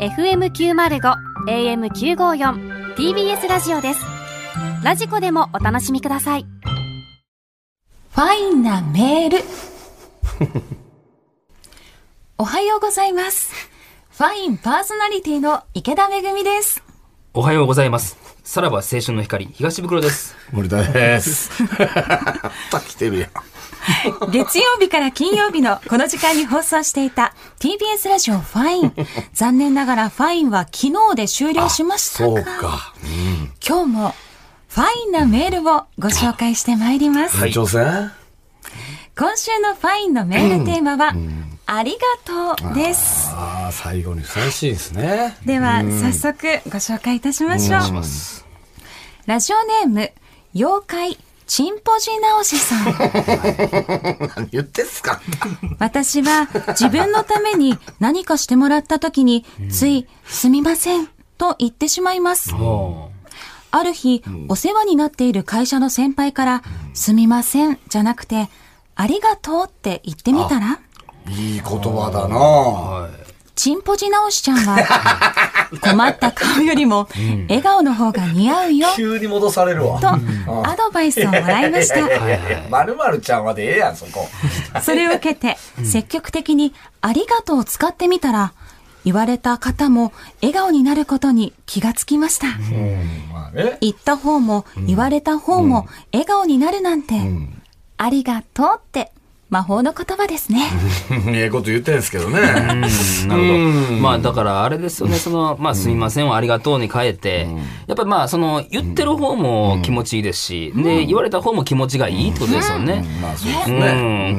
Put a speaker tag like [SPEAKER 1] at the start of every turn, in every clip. [SPEAKER 1] FM905 AM954 TBS ラジオですラジコでもお楽しみください
[SPEAKER 2] ファインなメール。 おはようございます。ファインパーソナリティの池田めぐみです。
[SPEAKER 3] おはようございます。さらば青春の光、東袋です。
[SPEAKER 4] 森田です。 また来てるやん。
[SPEAKER 2] 月曜日から金曜日のこの時間に放送していた TBS ラジオファイ ン。残念ながらファインは昨日で終了しました
[SPEAKER 4] そう
[SPEAKER 2] が、
[SPEAKER 4] か。
[SPEAKER 2] 今日もファインなメールをご紹介してまいります。
[SPEAKER 4] 延長戦
[SPEAKER 2] 今週のファインのメールテーマは、ありがとうです。
[SPEAKER 4] ああ、最後にふさわしいですね。
[SPEAKER 2] では、早速ご紹介いたしましょう。
[SPEAKER 3] ます。
[SPEAKER 2] ラジオネーム、妖怪、チンポジ直しさ ん。
[SPEAKER 4] 何言ってんす か
[SPEAKER 2] 私は自分のために何かしてもらった時に、つい、すみません、と言ってしまいます。
[SPEAKER 3] お
[SPEAKER 2] ある日、お世話になっている会社の先輩から、すみません、じゃなくて、ありがとうって言ってみたら、
[SPEAKER 4] いい言葉だな
[SPEAKER 2] チンポジ直しちゃんは、 困った顔よりも、笑顔の方が似合うよ、
[SPEAKER 4] 急に戻されるわ
[SPEAKER 2] と。、アドバイスをもらいました。
[SPEAKER 4] まるまるちゃんまでええやん、そこ。
[SPEAKER 2] それを受けて、積極的にありがとうを使ってみたら、言われた方も笑顔になることに気がつきました。
[SPEAKER 4] まあね。
[SPEAKER 2] 言った方も言われた方も笑顔になるなんて、ありがとうって魔法の言葉ですね。
[SPEAKER 4] ええこと言ってんすけどね。
[SPEAKER 3] ーなるほど。まあだからあれですよね、その、まあすみませんをありがとうに変えて、やっぱりまあその、言ってる方も気持ちいいですし、で、言われた方も気持ちがいいってことですよね。
[SPEAKER 4] まあそうです
[SPEAKER 3] うん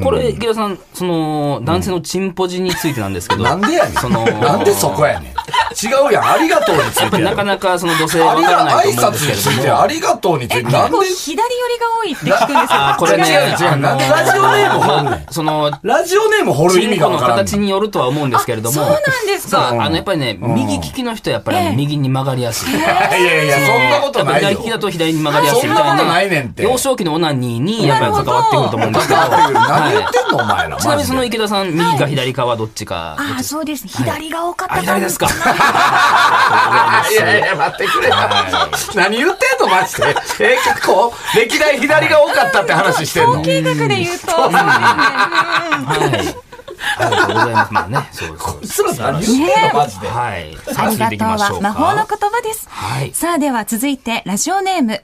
[SPEAKER 4] ね。
[SPEAKER 3] これ、池田さん、その、男性のチンポジについてなんですけど、
[SPEAKER 4] なんでやねん。
[SPEAKER 3] その、
[SPEAKER 4] なんでそこやねん。違うやん。ありがとうについてや
[SPEAKER 3] な
[SPEAKER 4] ろ。
[SPEAKER 3] かなかその女性
[SPEAKER 4] あ
[SPEAKER 3] わ
[SPEAKER 4] り
[SPEAKER 3] から
[SPEAKER 4] が
[SPEAKER 3] ないと
[SPEAKER 4] 挨
[SPEAKER 3] 思うんで
[SPEAKER 4] 拶
[SPEAKER 3] すけ
[SPEAKER 4] に
[SPEAKER 3] れ
[SPEAKER 4] つ
[SPEAKER 3] ども
[SPEAKER 4] いて、ありがとうについて、なんで
[SPEAKER 2] こう左寄りが多いって聞くんですよ。
[SPEAKER 3] あこれね、
[SPEAKER 4] 違う違うなんでラジオネーム掘るねん
[SPEAKER 3] その、
[SPEAKER 4] ラジオネーム掘る
[SPEAKER 3] チ
[SPEAKER 4] 意
[SPEAKER 3] ン
[SPEAKER 4] 味
[SPEAKER 3] コ
[SPEAKER 4] が
[SPEAKER 3] の
[SPEAKER 4] わからんねん。
[SPEAKER 3] 形によるとは思うんですけれども。
[SPEAKER 2] そうなんです
[SPEAKER 3] さ
[SPEAKER 2] か。
[SPEAKER 3] あ、あの、やっぱりね、右利きの人はやっぱり右に曲がりやすい。
[SPEAKER 4] いやいや、そんなことない
[SPEAKER 3] やっぱ左
[SPEAKER 4] よ。
[SPEAKER 3] 利きだと左に曲がりやすいみたいな。
[SPEAKER 4] そんなことないねんって
[SPEAKER 3] 幼少期のオナニーにやっぱり関わってくると思うんですけど。
[SPEAKER 4] 何言ってんの、お前ら。
[SPEAKER 3] ちなみにその
[SPEAKER 4] マジ
[SPEAKER 3] 池田さん、右か左かはどっちか。
[SPEAKER 2] ああ、そうです。左が多かった
[SPEAKER 3] あ、
[SPEAKER 2] かも
[SPEAKER 3] 左ですか。
[SPEAKER 4] でいやいや、待ってくれ。何言ってんの、マジで。え、結構、歴代左が多かったって話してんの。
[SPEAKER 2] 統計学で言うと、そうですね。うん
[SPEAKER 3] はい。ありがとうございます。まあね、そうそう。
[SPEAKER 4] すら何言ってんの、マジで。
[SPEAKER 3] はい。さ
[SPEAKER 2] あ
[SPEAKER 3] あ、続
[SPEAKER 2] り
[SPEAKER 3] いて
[SPEAKER 2] が
[SPEAKER 3] い
[SPEAKER 2] と
[SPEAKER 3] うきましょ
[SPEAKER 2] は
[SPEAKER 3] うか。
[SPEAKER 2] 魔法の言葉です。
[SPEAKER 3] はい
[SPEAKER 2] さあでは続いてラジオネーム。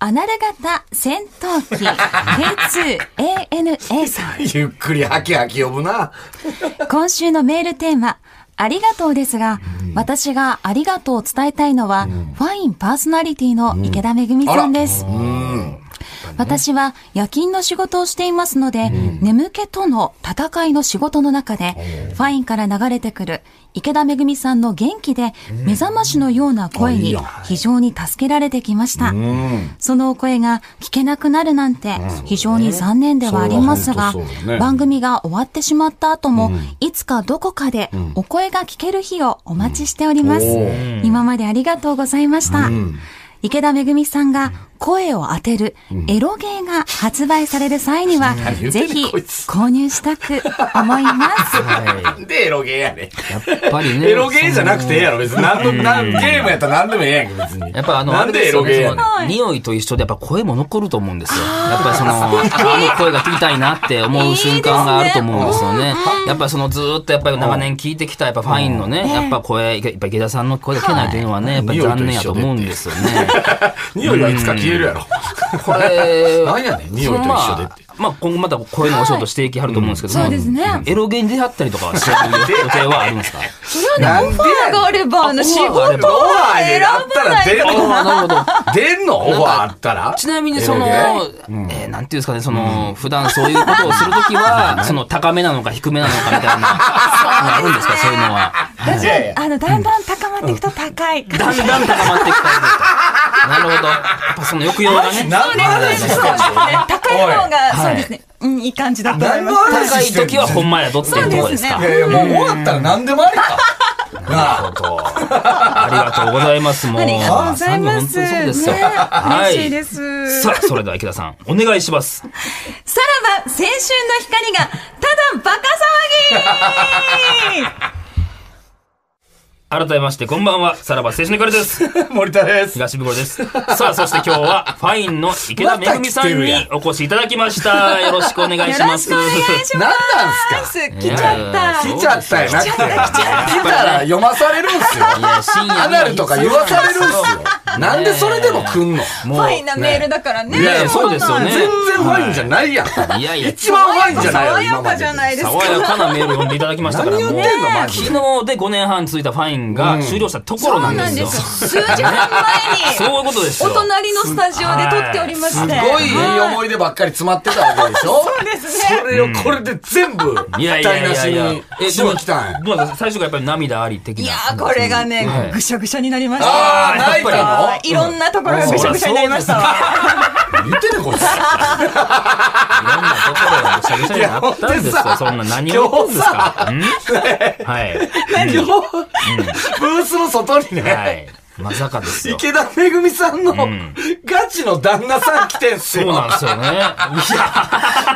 [SPEAKER 2] アナル型戦闘機 K2ANA さん。
[SPEAKER 4] ゆっくりハキハキ呼ぶな。
[SPEAKER 2] 今週のメールテーマ、ありがとうですが、私がありがとうを伝えたいのは、ファインパーソナリティの池田めぐみさんです。私は夜勤の仕事をしていますので、眠気との戦いの仕事の中で、ファインから流れてくる池田めぐみさんの元気で、目覚ましのような声に非常に助けられてきました。そのお声が聞けなくなるなんて、非常に残念ではありますが
[SPEAKER 4] それは本当そうだ、ね
[SPEAKER 2] 番組が終わってしまった後も、いつかどこかでお声が聞ける日をお待ちしております。今までありがとうございました。池田めぐみさんが声を当てるエロゲーが発売される際には、
[SPEAKER 4] 言ってん
[SPEAKER 2] ぜ
[SPEAKER 4] ねん
[SPEAKER 2] ひ
[SPEAKER 4] こいつ
[SPEAKER 2] 購入したく思 います。
[SPEAKER 3] は
[SPEAKER 4] なんでエロゲーやねん。
[SPEAKER 3] い。やっぱりね。
[SPEAKER 4] エロゲーじゃなくてええやろ、別に。何の、なんゲームやったら何でもええやんけ、別に。
[SPEAKER 3] やっぱあの、
[SPEAKER 4] なんでエロゲーやねん。
[SPEAKER 3] あれですよねその匂いと一緒でやっぱ声も残ると思うんですよ。やっぱりその、あの声が聞きたいなって思う瞬間があると思うんですよね。やっぱそのずーっとやっぱり長年聞いてきたやっぱファインのね、やっぱ声、やっぱ池田さんの声が聞けないというのはね、やっぱ残念やと思うんですよね。
[SPEAKER 4] 匂いはいつか消えるやろ。
[SPEAKER 3] これ、
[SPEAKER 4] なんやねん、匂いと一緒でって。
[SPEAKER 3] そのまあ、まあ今後またこういうのお仕事していきはると思うんですけども、
[SPEAKER 2] はいそうですね
[SPEAKER 3] エロゲーに出会ったりとかはしてる予定はあるんですか
[SPEAKER 4] なんでやねん。
[SPEAKER 2] があれば、あの
[SPEAKER 3] 仕事
[SPEAKER 4] オファーにあったら出るの
[SPEAKER 3] ああ、なるほど。
[SPEAKER 4] 出んのオファーあったら
[SPEAKER 3] ちなみにその、
[SPEAKER 4] エ
[SPEAKER 3] え
[SPEAKER 4] ロ
[SPEAKER 3] ーなんていうんですかね、その、普段そういうことをするとき は、その、高めなのか低めなのかみたいな、あるんですか、そういうのは。
[SPEAKER 2] だんだんあの、だんだん高まっていくと高い。
[SPEAKER 3] だんだん高まってきたなるほど。やっぱその抑揚がね。
[SPEAKER 4] 何の話
[SPEAKER 2] そ
[SPEAKER 4] し
[SPEAKER 2] うで
[SPEAKER 4] て
[SPEAKER 2] す
[SPEAKER 4] ん
[SPEAKER 2] ね
[SPEAKER 4] の。
[SPEAKER 2] 高い方が、
[SPEAKER 3] はい
[SPEAKER 2] そうですね。うん、いい感じだと思い
[SPEAKER 4] 何
[SPEAKER 2] ま
[SPEAKER 4] の
[SPEAKER 2] す。
[SPEAKER 3] 高
[SPEAKER 4] 話
[SPEAKER 3] い
[SPEAKER 4] してんの
[SPEAKER 3] 時はほんまやどっていうとこですか。
[SPEAKER 4] いやいや、もう終わったら何でもありか。 なあ。
[SPEAKER 3] ありがとうございます。もう。
[SPEAKER 2] ありがとうございま
[SPEAKER 3] 本
[SPEAKER 2] す。
[SPEAKER 3] 当にそうですよ。
[SPEAKER 2] ね
[SPEAKER 3] はい。
[SPEAKER 2] 嬉しいです。
[SPEAKER 3] さあ、それでは池田さん、お願いします。
[SPEAKER 2] さらば青春の光がただバカ騒ぎ
[SPEAKER 3] 改めまして、こんばんは。さらば青春の光です。
[SPEAKER 4] 森田です。
[SPEAKER 3] 東袋です。さあ、そして今日は、ファインの池田めぐみさんにお越しいただきました。よろしくお願 いします。
[SPEAKER 2] よろしくお願いし
[SPEAKER 4] 何なんす か
[SPEAKER 2] ます。来ちゃった。
[SPEAKER 4] 来ちゃったよなって。来たら読まされるんすよ。
[SPEAKER 3] いや、深夜に
[SPEAKER 4] アナルとか言わされるんすよ。なんでそれでも来んの
[SPEAKER 3] もう
[SPEAKER 2] ファインなメールだからね。
[SPEAKER 3] いやいやそうですよね
[SPEAKER 4] 全然ファインじゃないやん。
[SPEAKER 3] いやいや、
[SPEAKER 4] 一番ファインじゃないよ、
[SPEAKER 2] 爽
[SPEAKER 4] 今
[SPEAKER 2] や
[SPEAKER 4] ま
[SPEAKER 2] か
[SPEAKER 4] で
[SPEAKER 2] じ
[SPEAKER 4] で。
[SPEAKER 2] ゃないですか。
[SPEAKER 3] 爽やかなメール読んでいただきましたから、
[SPEAKER 4] 何言ってんのマジで
[SPEAKER 3] 昨日で5年半続いたファインが終了したところ
[SPEAKER 2] そ
[SPEAKER 3] な
[SPEAKER 2] うん
[SPEAKER 3] で
[SPEAKER 2] なん
[SPEAKER 3] す
[SPEAKER 2] で
[SPEAKER 3] よ。
[SPEAKER 2] す。数時間前に
[SPEAKER 3] そういうことです
[SPEAKER 2] お
[SPEAKER 3] よ。
[SPEAKER 2] 隣のスタジオで撮っておりまして。
[SPEAKER 4] すごいいい思い出ばっかり詰まってたわけでし ょそう
[SPEAKER 2] ですね
[SPEAKER 4] それをこれで全部、
[SPEAKER 3] いや
[SPEAKER 4] 台
[SPEAKER 3] いやい
[SPEAKER 4] 無し
[SPEAKER 3] やいや
[SPEAKER 4] に。しに来たんや。
[SPEAKER 3] どうなんですか最初がやっぱり涙あり的な。
[SPEAKER 2] いやー、これがね
[SPEAKER 3] はい、
[SPEAKER 2] ぐしゃぐしゃになりまし
[SPEAKER 4] あ
[SPEAKER 2] た。
[SPEAKER 4] ー、泣いた
[SPEAKER 2] いろんなところがぐしゃぐしゃになりましたわ。
[SPEAKER 4] の言ってね、こいつ。
[SPEAKER 3] いろんなところがぐしゃぐしゃになったんです
[SPEAKER 4] いや
[SPEAKER 3] よ。そんな何を言ってんですか。んはい。
[SPEAKER 4] 今日、ブースの外に
[SPEAKER 3] は
[SPEAKER 4] ね、
[SPEAKER 3] い。まさかですよ。
[SPEAKER 4] 池田めぐみさんのガチの旦那さん来てんす
[SPEAKER 3] そう
[SPEAKER 4] よ。
[SPEAKER 3] なんですよね。いや、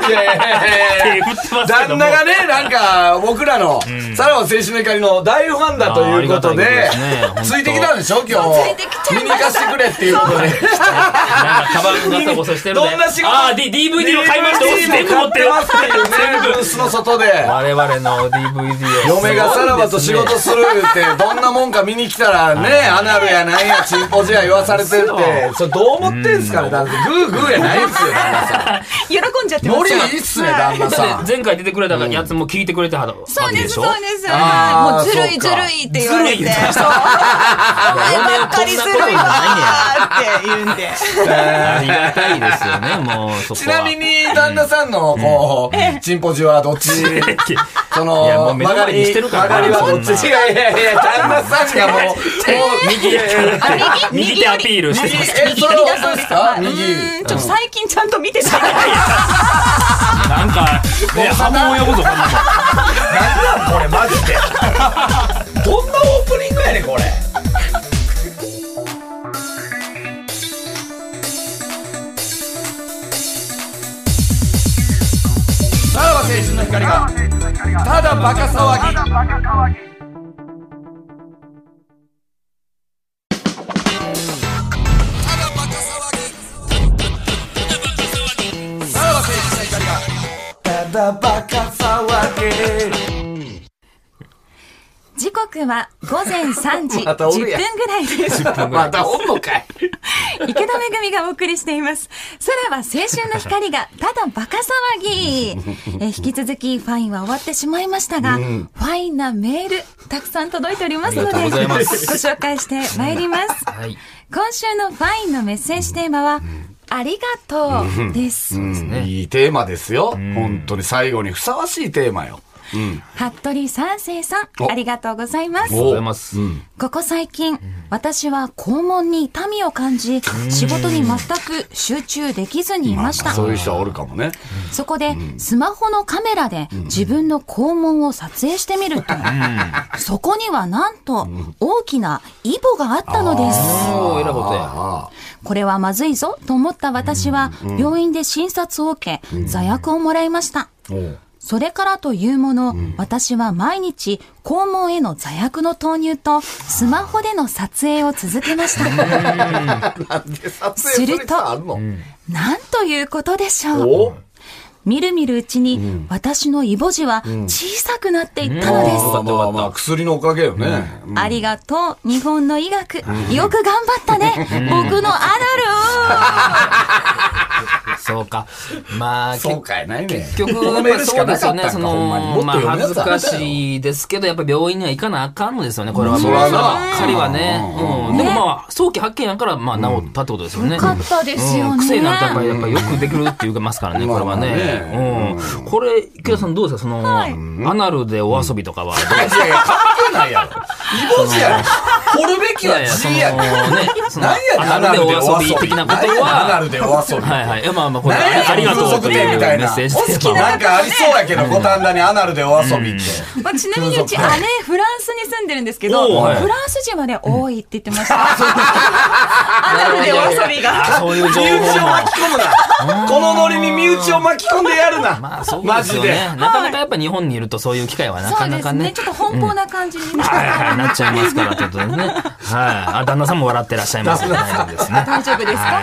[SPEAKER 4] いやいやいやい
[SPEAKER 3] 手振
[SPEAKER 4] や
[SPEAKER 3] ってますけど
[SPEAKER 4] 旦
[SPEAKER 3] も
[SPEAKER 4] 那がね、なんか、僕らの、さらば青春の怒りの大ファンだということ
[SPEAKER 3] あーありがたいこと
[SPEAKER 4] で
[SPEAKER 3] ですね本、当
[SPEAKER 4] ついてきたんでしょ今
[SPEAKER 2] そうついてきちゃ
[SPEAKER 4] 日。
[SPEAKER 2] い
[SPEAKER 4] 見に
[SPEAKER 2] ました
[SPEAKER 4] 行かせてくれっていうこと
[SPEAKER 3] な
[SPEAKER 4] で。
[SPEAKER 3] んかカバンがごそごそしてるで。
[SPEAKER 4] どんな仕事
[SPEAKER 3] ああ、D、DVD を買いました。落ちて
[SPEAKER 4] 持
[SPEAKER 3] 持ってま
[SPEAKER 4] ますす。っていうね、ブースの外で。
[SPEAKER 3] 我々の DVD を。
[SPEAKER 4] 嫁がさらばと仕事するって、どんなもんか見に来たらね、アナルやなんや、チンポジや言わされてって
[SPEAKER 3] そ、
[SPEAKER 4] それどう思ってんすかね、だってグーグーやないっすよ、旦那さ
[SPEAKER 2] 喜んじゃって
[SPEAKER 4] ん。
[SPEAKER 2] ま
[SPEAKER 4] ノリ
[SPEAKER 2] す
[SPEAKER 4] い
[SPEAKER 2] よ。
[SPEAKER 4] いっすね、旦那さ
[SPEAKER 3] だっ
[SPEAKER 4] ん。
[SPEAKER 3] て前回出てくれたやつも聞いてくれてはるわ
[SPEAKER 2] そう
[SPEAKER 3] け
[SPEAKER 2] で、
[SPEAKER 3] ですし
[SPEAKER 2] そ
[SPEAKER 3] ょ
[SPEAKER 2] うです。
[SPEAKER 4] あー
[SPEAKER 2] もうずるい
[SPEAKER 4] そ
[SPEAKER 2] ず
[SPEAKER 4] うか
[SPEAKER 2] るいって言われ
[SPEAKER 3] ず
[SPEAKER 2] て。
[SPEAKER 3] るい言うて
[SPEAKER 2] そう。お前ばっかりずるいわーって言うんで。
[SPEAKER 3] ありがたいですよね、もう、そこは。
[SPEAKER 4] ちなみに、旦那さんの、こう、チンポジはどっち、そ
[SPEAKER 3] いやも
[SPEAKER 4] の、
[SPEAKER 3] う目の前にしてるから
[SPEAKER 4] 曲がりはどっち、いやいやいや、旦那さんが もう、もう、
[SPEAKER 3] 右手
[SPEAKER 2] あ、右
[SPEAKER 3] 右手アピールして
[SPEAKER 4] え
[SPEAKER 3] ます。、
[SPEAKER 4] それはそうですか
[SPEAKER 2] う
[SPEAKER 4] 右。
[SPEAKER 2] ーん、ちょっと最近ちゃんと見 てた。
[SPEAKER 3] なんか、ね、波紋を呼ぶぞ、こんなもん
[SPEAKER 4] なんこれ、マジで。どんなオープニングやねん、これ。さらば青春の光が、ただバカ騒ぎ。ただバカ騒ぎ。
[SPEAKER 2] 時刻は午前3時
[SPEAKER 4] また
[SPEAKER 2] 10
[SPEAKER 4] お
[SPEAKER 2] 分
[SPEAKER 4] る
[SPEAKER 2] ぐ
[SPEAKER 4] やん
[SPEAKER 2] らいです。
[SPEAKER 4] またおんのかい。
[SPEAKER 2] 池田めぐみがお送りしています。さらば青春の光がただバカ騒 ぎ。えー引き続きファインは終わってしまいましたが、ファインなメールたくさん届いておりますので、
[SPEAKER 3] ありがとうございます
[SPEAKER 2] ご紹介してまいります。
[SPEAKER 3] はい。
[SPEAKER 2] 今週のファインのメッセージテーマは、ありがとうです。
[SPEAKER 4] いいテーマですよ。本当に最後にふさわしいテーマよ。
[SPEAKER 2] 服部三世さん、
[SPEAKER 4] お
[SPEAKER 2] ありがとうございます
[SPEAKER 3] ありがと。うございます。
[SPEAKER 2] ここ最近、私は肛門に痛みを感じ、仕事に全く集中できずにいました。
[SPEAKER 4] そういう人はおるかもね。
[SPEAKER 2] そこで、スマホのカメラで自分の肛門を撮影してみると、そこにはなんと大きなイボがあったのです。
[SPEAKER 3] そう、えらいことや。
[SPEAKER 4] あ
[SPEAKER 2] これはまずいぞと思った私は、病院で診察を受け、座薬をもらいました。
[SPEAKER 4] あ。おう
[SPEAKER 2] それからというもの、私は毎日、肛門への座薬の投入と、スマホでの撮影を続けました。
[SPEAKER 4] なんで撮影する人あんの
[SPEAKER 2] なんということでしょう。
[SPEAKER 4] お
[SPEAKER 2] みるみるうちに、私のイボジは小さくなっていったのです。
[SPEAKER 4] まあまあまあ、薬のおかげよね。
[SPEAKER 2] ありがとう、日本の医学。よく頑張ったね、僕のア ナル。
[SPEAKER 3] そうか。まあ、
[SPEAKER 4] そうかいないね。
[SPEAKER 3] 結局、
[SPEAKER 4] 褒
[SPEAKER 3] やっ
[SPEAKER 4] め
[SPEAKER 3] ぱ
[SPEAKER 4] る
[SPEAKER 3] り
[SPEAKER 4] し
[SPEAKER 3] そ
[SPEAKER 4] か
[SPEAKER 3] うで
[SPEAKER 4] な
[SPEAKER 3] す
[SPEAKER 4] か
[SPEAKER 3] よ
[SPEAKER 4] っ
[SPEAKER 3] ね。
[SPEAKER 4] た
[SPEAKER 3] そ
[SPEAKER 4] んか、ほんまに。
[SPEAKER 3] の、
[SPEAKER 4] も
[SPEAKER 3] まあ、
[SPEAKER 4] っと読む
[SPEAKER 3] 恥
[SPEAKER 4] や
[SPEAKER 3] ず
[SPEAKER 4] つ
[SPEAKER 3] か
[SPEAKER 4] あったよ
[SPEAKER 3] しいですけど、やっぱ病院には行かなあかんのですよね。これはもう、
[SPEAKER 4] そ
[SPEAKER 3] ば
[SPEAKER 4] ら
[SPEAKER 3] っ
[SPEAKER 4] な
[SPEAKER 3] かりはね。うん。でもまあ、早期発見やから、まあ、治ったってことですよね。
[SPEAKER 2] よかったですよね
[SPEAKER 3] うん癖になったから、やっぱよくできるって言いますからね、これは
[SPEAKER 4] まあまあ
[SPEAKER 3] ね。うん。これ、池田さんどうですかその、アナルでお遊びとかはどうですか
[SPEAKER 4] いやいや、関係ないやろ。イボジやろ。掘るべき
[SPEAKER 3] いや
[SPEAKER 4] はい
[SPEAKER 3] や、そ
[SPEAKER 4] G
[SPEAKER 3] の、ね
[SPEAKER 4] やから。、
[SPEAKER 3] その、
[SPEAKER 4] 何やねん、
[SPEAKER 3] ア
[SPEAKER 4] ア
[SPEAKER 3] ナ
[SPEAKER 4] ナ
[SPEAKER 3] ルで
[SPEAKER 4] ルで
[SPEAKER 3] お
[SPEAKER 4] お
[SPEAKER 3] 遊
[SPEAKER 4] 遊
[SPEAKER 3] び
[SPEAKER 4] び。
[SPEAKER 3] 的なこと
[SPEAKER 4] 何やねんアナ
[SPEAKER 3] は、
[SPEAKER 4] ルでお遊び。
[SPEAKER 3] はいはい。いやまあまあ、これ、
[SPEAKER 4] 何やねん
[SPEAKER 3] ありがとうという
[SPEAKER 4] 風俗店み
[SPEAKER 3] メ
[SPEAKER 4] たいな
[SPEAKER 3] ッセージテーマ
[SPEAKER 4] なんかありそうやけど、五反田にアナルでお遊びって。
[SPEAKER 2] まあ、ちなみにうち姉、フランスに住んでるんですけ
[SPEAKER 3] おう
[SPEAKER 2] ど、
[SPEAKER 3] はい
[SPEAKER 2] フランス人はね、多いって言ってました。ア
[SPEAKER 5] アナルでお遊びが。
[SPEAKER 3] そういう情
[SPEAKER 4] 身
[SPEAKER 3] 報
[SPEAKER 4] 内を
[SPEAKER 3] も。
[SPEAKER 4] 巻き込むな。このノリに身内を巻き込んでやるな。
[SPEAKER 3] まあそう
[SPEAKER 4] マ
[SPEAKER 3] で
[SPEAKER 4] ジ
[SPEAKER 3] すよ
[SPEAKER 4] で。
[SPEAKER 3] ね。なかなかやっぱ日本にいるとそういう機会はな
[SPEAKER 2] そ
[SPEAKER 3] か
[SPEAKER 2] う
[SPEAKER 3] な
[SPEAKER 2] で
[SPEAKER 3] か
[SPEAKER 2] す
[SPEAKER 3] ね
[SPEAKER 2] ね。。ちょっと奔放な感じにね。
[SPEAKER 3] はいはい、なっちゃいますから、ちょっとね。はい。あ、旦那さんも笑ってらっしゃいますね。大丈夫ですね。大丈夫ですか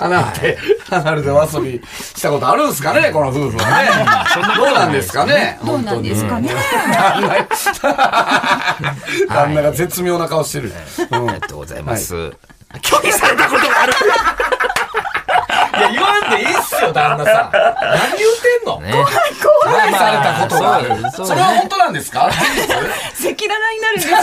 [SPEAKER 4] アナルで、アナルでお遊びしたことあるんですかね、この夫婦はね。どうなんですかね。
[SPEAKER 2] どうなんですかね。
[SPEAKER 4] 旦那旦那が絶妙な顔してる。うん
[SPEAKER 3] ありがとうございます。拒否されたことがある
[SPEAKER 4] いや、言わんでいいっすよ、旦那さん。何言ってんの
[SPEAKER 3] ね。
[SPEAKER 4] 怖いされたことがある
[SPEAKER 3] まあ。そう
[SPEAKER 4] それは本当なんですか事実
[SPEAKER 5] 赤裸々になるんですよ。